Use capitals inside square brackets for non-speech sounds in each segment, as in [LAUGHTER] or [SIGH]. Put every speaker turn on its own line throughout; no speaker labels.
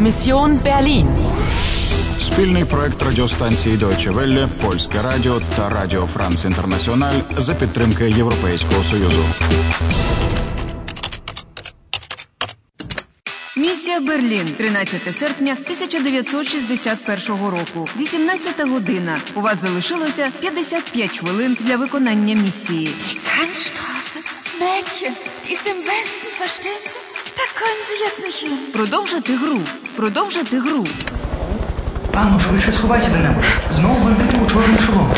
Mission Berlin.
Спільний проект радіостанції Deutsche Welle, Польське Радіо та Радіо Франц Інтернаціональ за підтримки Європейського Союзу.
Місія Берлін, 13 серпня 1961 року, 18 година. У вас залишилося 55 хвилин для виконання місії.
Kantstraße? Mädchen, die ist im Westen, verstehen Sie? Da können Sie jetzt nicht hin.
Продовжити гру. Продовжити гру.
Ану, швидше сховайся де-небудь. Знову бандити у чорний шолом.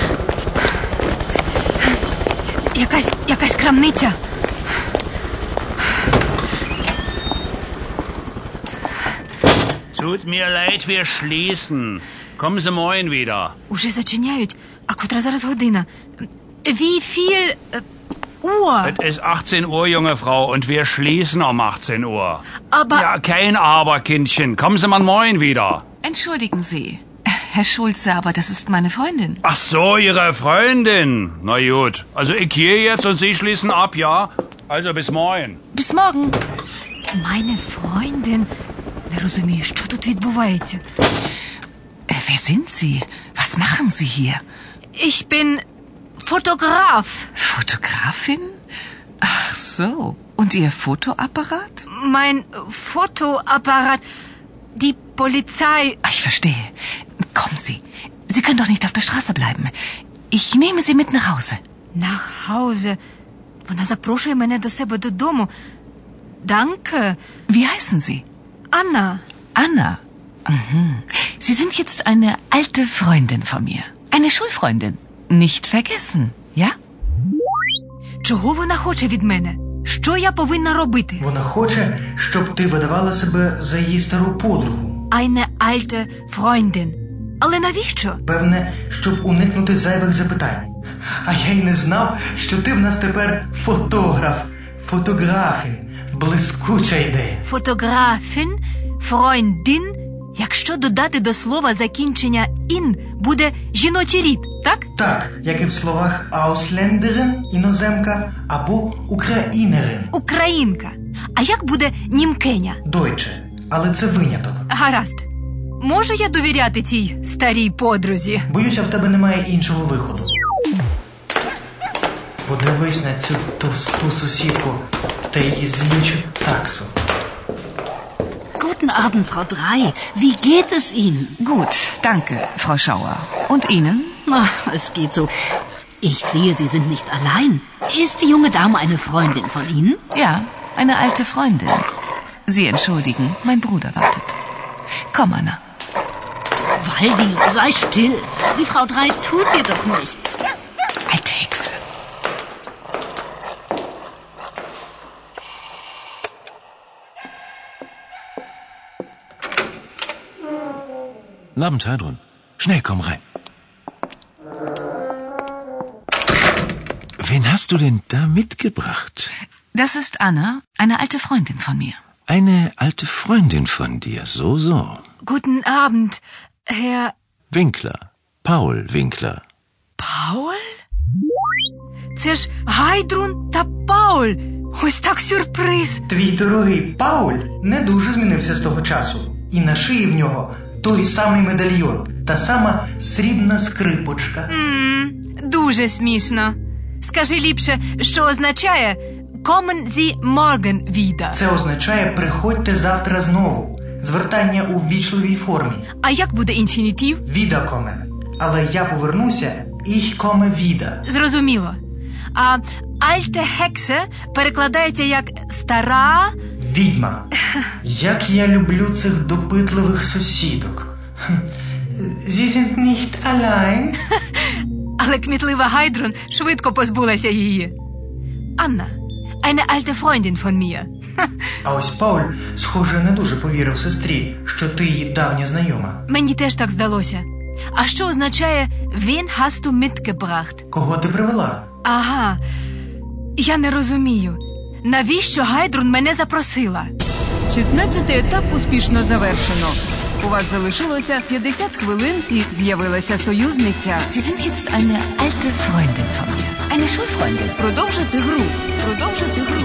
Jakaś, jakaś kramnica.
Tut mir leid, wir schließen. Kommen Sie morgen wieder.
Уже зачиняють. А котра зараз година? Wie viel е, Uhr?
Es ist 18 Uhr, junge Frau, und wir schließen um 18 Uhr.
Aber-
Ja, kein Aber, Kindchen. Kommen Sie mal morgen wieder.
Entschuldigen Sie, Herr Schulze, aber das ist meine Freundin.
Ach so, Ihre Freundin. Na gut. Also ich gehe jetzt und Sie schließen ab, ja? Also bis morgen.
Bis morgen.
Meine Freundin. Не розумію, що тут відбувається.
Äh, wer sind Sie? Was machen Sie hier?
Ich bin Fotograf.
Fotografin? Ach so. Und Ihr Fotoapparat?
Mein Fotoapparat. Die Polizei.
Ah, Ich verstehe. Kommen Sie. Sie können doch nicht auf der Straße bleiben. Ich nehme Sie mit nach Hause.
Nach Hause. Вона запрошує мене до себе додому. Danke,
Wie heißen Sie?
Anna.
Anna. Mhm. Sie sind jetzt eine alte Freundin von mir. Eine Schulfreundin. Nicht vergessen, ja?
Чого вона хоче від мене? Що я повинна робити?
Вона хоче, щоб ти видавала себе за її стару подругу.
Eine alte Freundin. Але навіщо?
Певне, щоб уникнути зайвих запитань. А я й не знав, що ти в нас тепер фотограф, фотографін, блискуча ідея.
Фотографін, Freundin. Якщо додати до слова закінчення ін, буде жіночий рід, так?
Так, як і в словах ауслендерин, іноземка або українерин,
Українка. А як буде німкеня?
дойче, але це виняток.
Гаразд. Можу я довіряти цій старій подрузі?
Боюся, в тебе немає іншого виходу. Подивись на цю товсту сусідку та її злючу таксу.
Guten Abend, Frau Drei. Wie geht es Ihnen?
Gut, danke, Frau Schauer. Und Ihnen?
Ach, es geht so. Ich sehe, Sie sind nicht allein. Ist die junge Dame eine Freundin von Ihnen?
Ja, eine alte Freundin. Sie entschuldigen, mein Bruder wartet. Komm, Anna.
Waldi, sei still. Die Frau Drei tut dir doch nichts.
Alte Hexe.
Guten Abend, Heidrun. Schnell, komm rein. Wen hast du denn da mitgebracht?
Das ist Anna, eine alte Freundin von mir.
Eine alte Freundin von dir, so, so.
Guten Abend, Herr
Winkler. Paul Winkler.
Пауль? Це ж Гайдрун та Пауль. Ось так сюрприз.
Твій дорогий Пауль не дуже змінився з того часу. І на шиї в нього той самий медальйон, та сама срібна скрипочка.
Дуже смішно. Скажи ліпше, що означає «Kommen Sie morgen wieder».
Це означає приходьте завтра знову. Звертання у ввічливій формі.
А як буде інфінітив?
Відакоме. Але я повернуся, їх коме віда.
Зрозуміло. А «alte Hexe» перекладається як «стара».
Відьма. Як я люблю цих допитливих сусідок. Хм. Sie sind nicht allein.
Але кмітлива Гайдрун швидко позбулася її. Анна, eine alte Freundin von mir. [LAUGHS] Ха,
А ось Пауль, схоже, не дуже повірив сестрі, що ти її давня знайома.
Мені теж так здалося. А що означає «Wen hast du mitgebracht»?
Кого ти привела?
Ага. Я не розумію. Навіщо Гайдрун мене запросила?
16 етап успішно завершено. У вас залишилося 50 хвилин і з'явилася союзниця.
Sie sind jetzt eine alte Freundin von mir. Eine Schulfreundin.
Продовжити гру. Продовжити гру.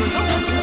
Продовжити гру.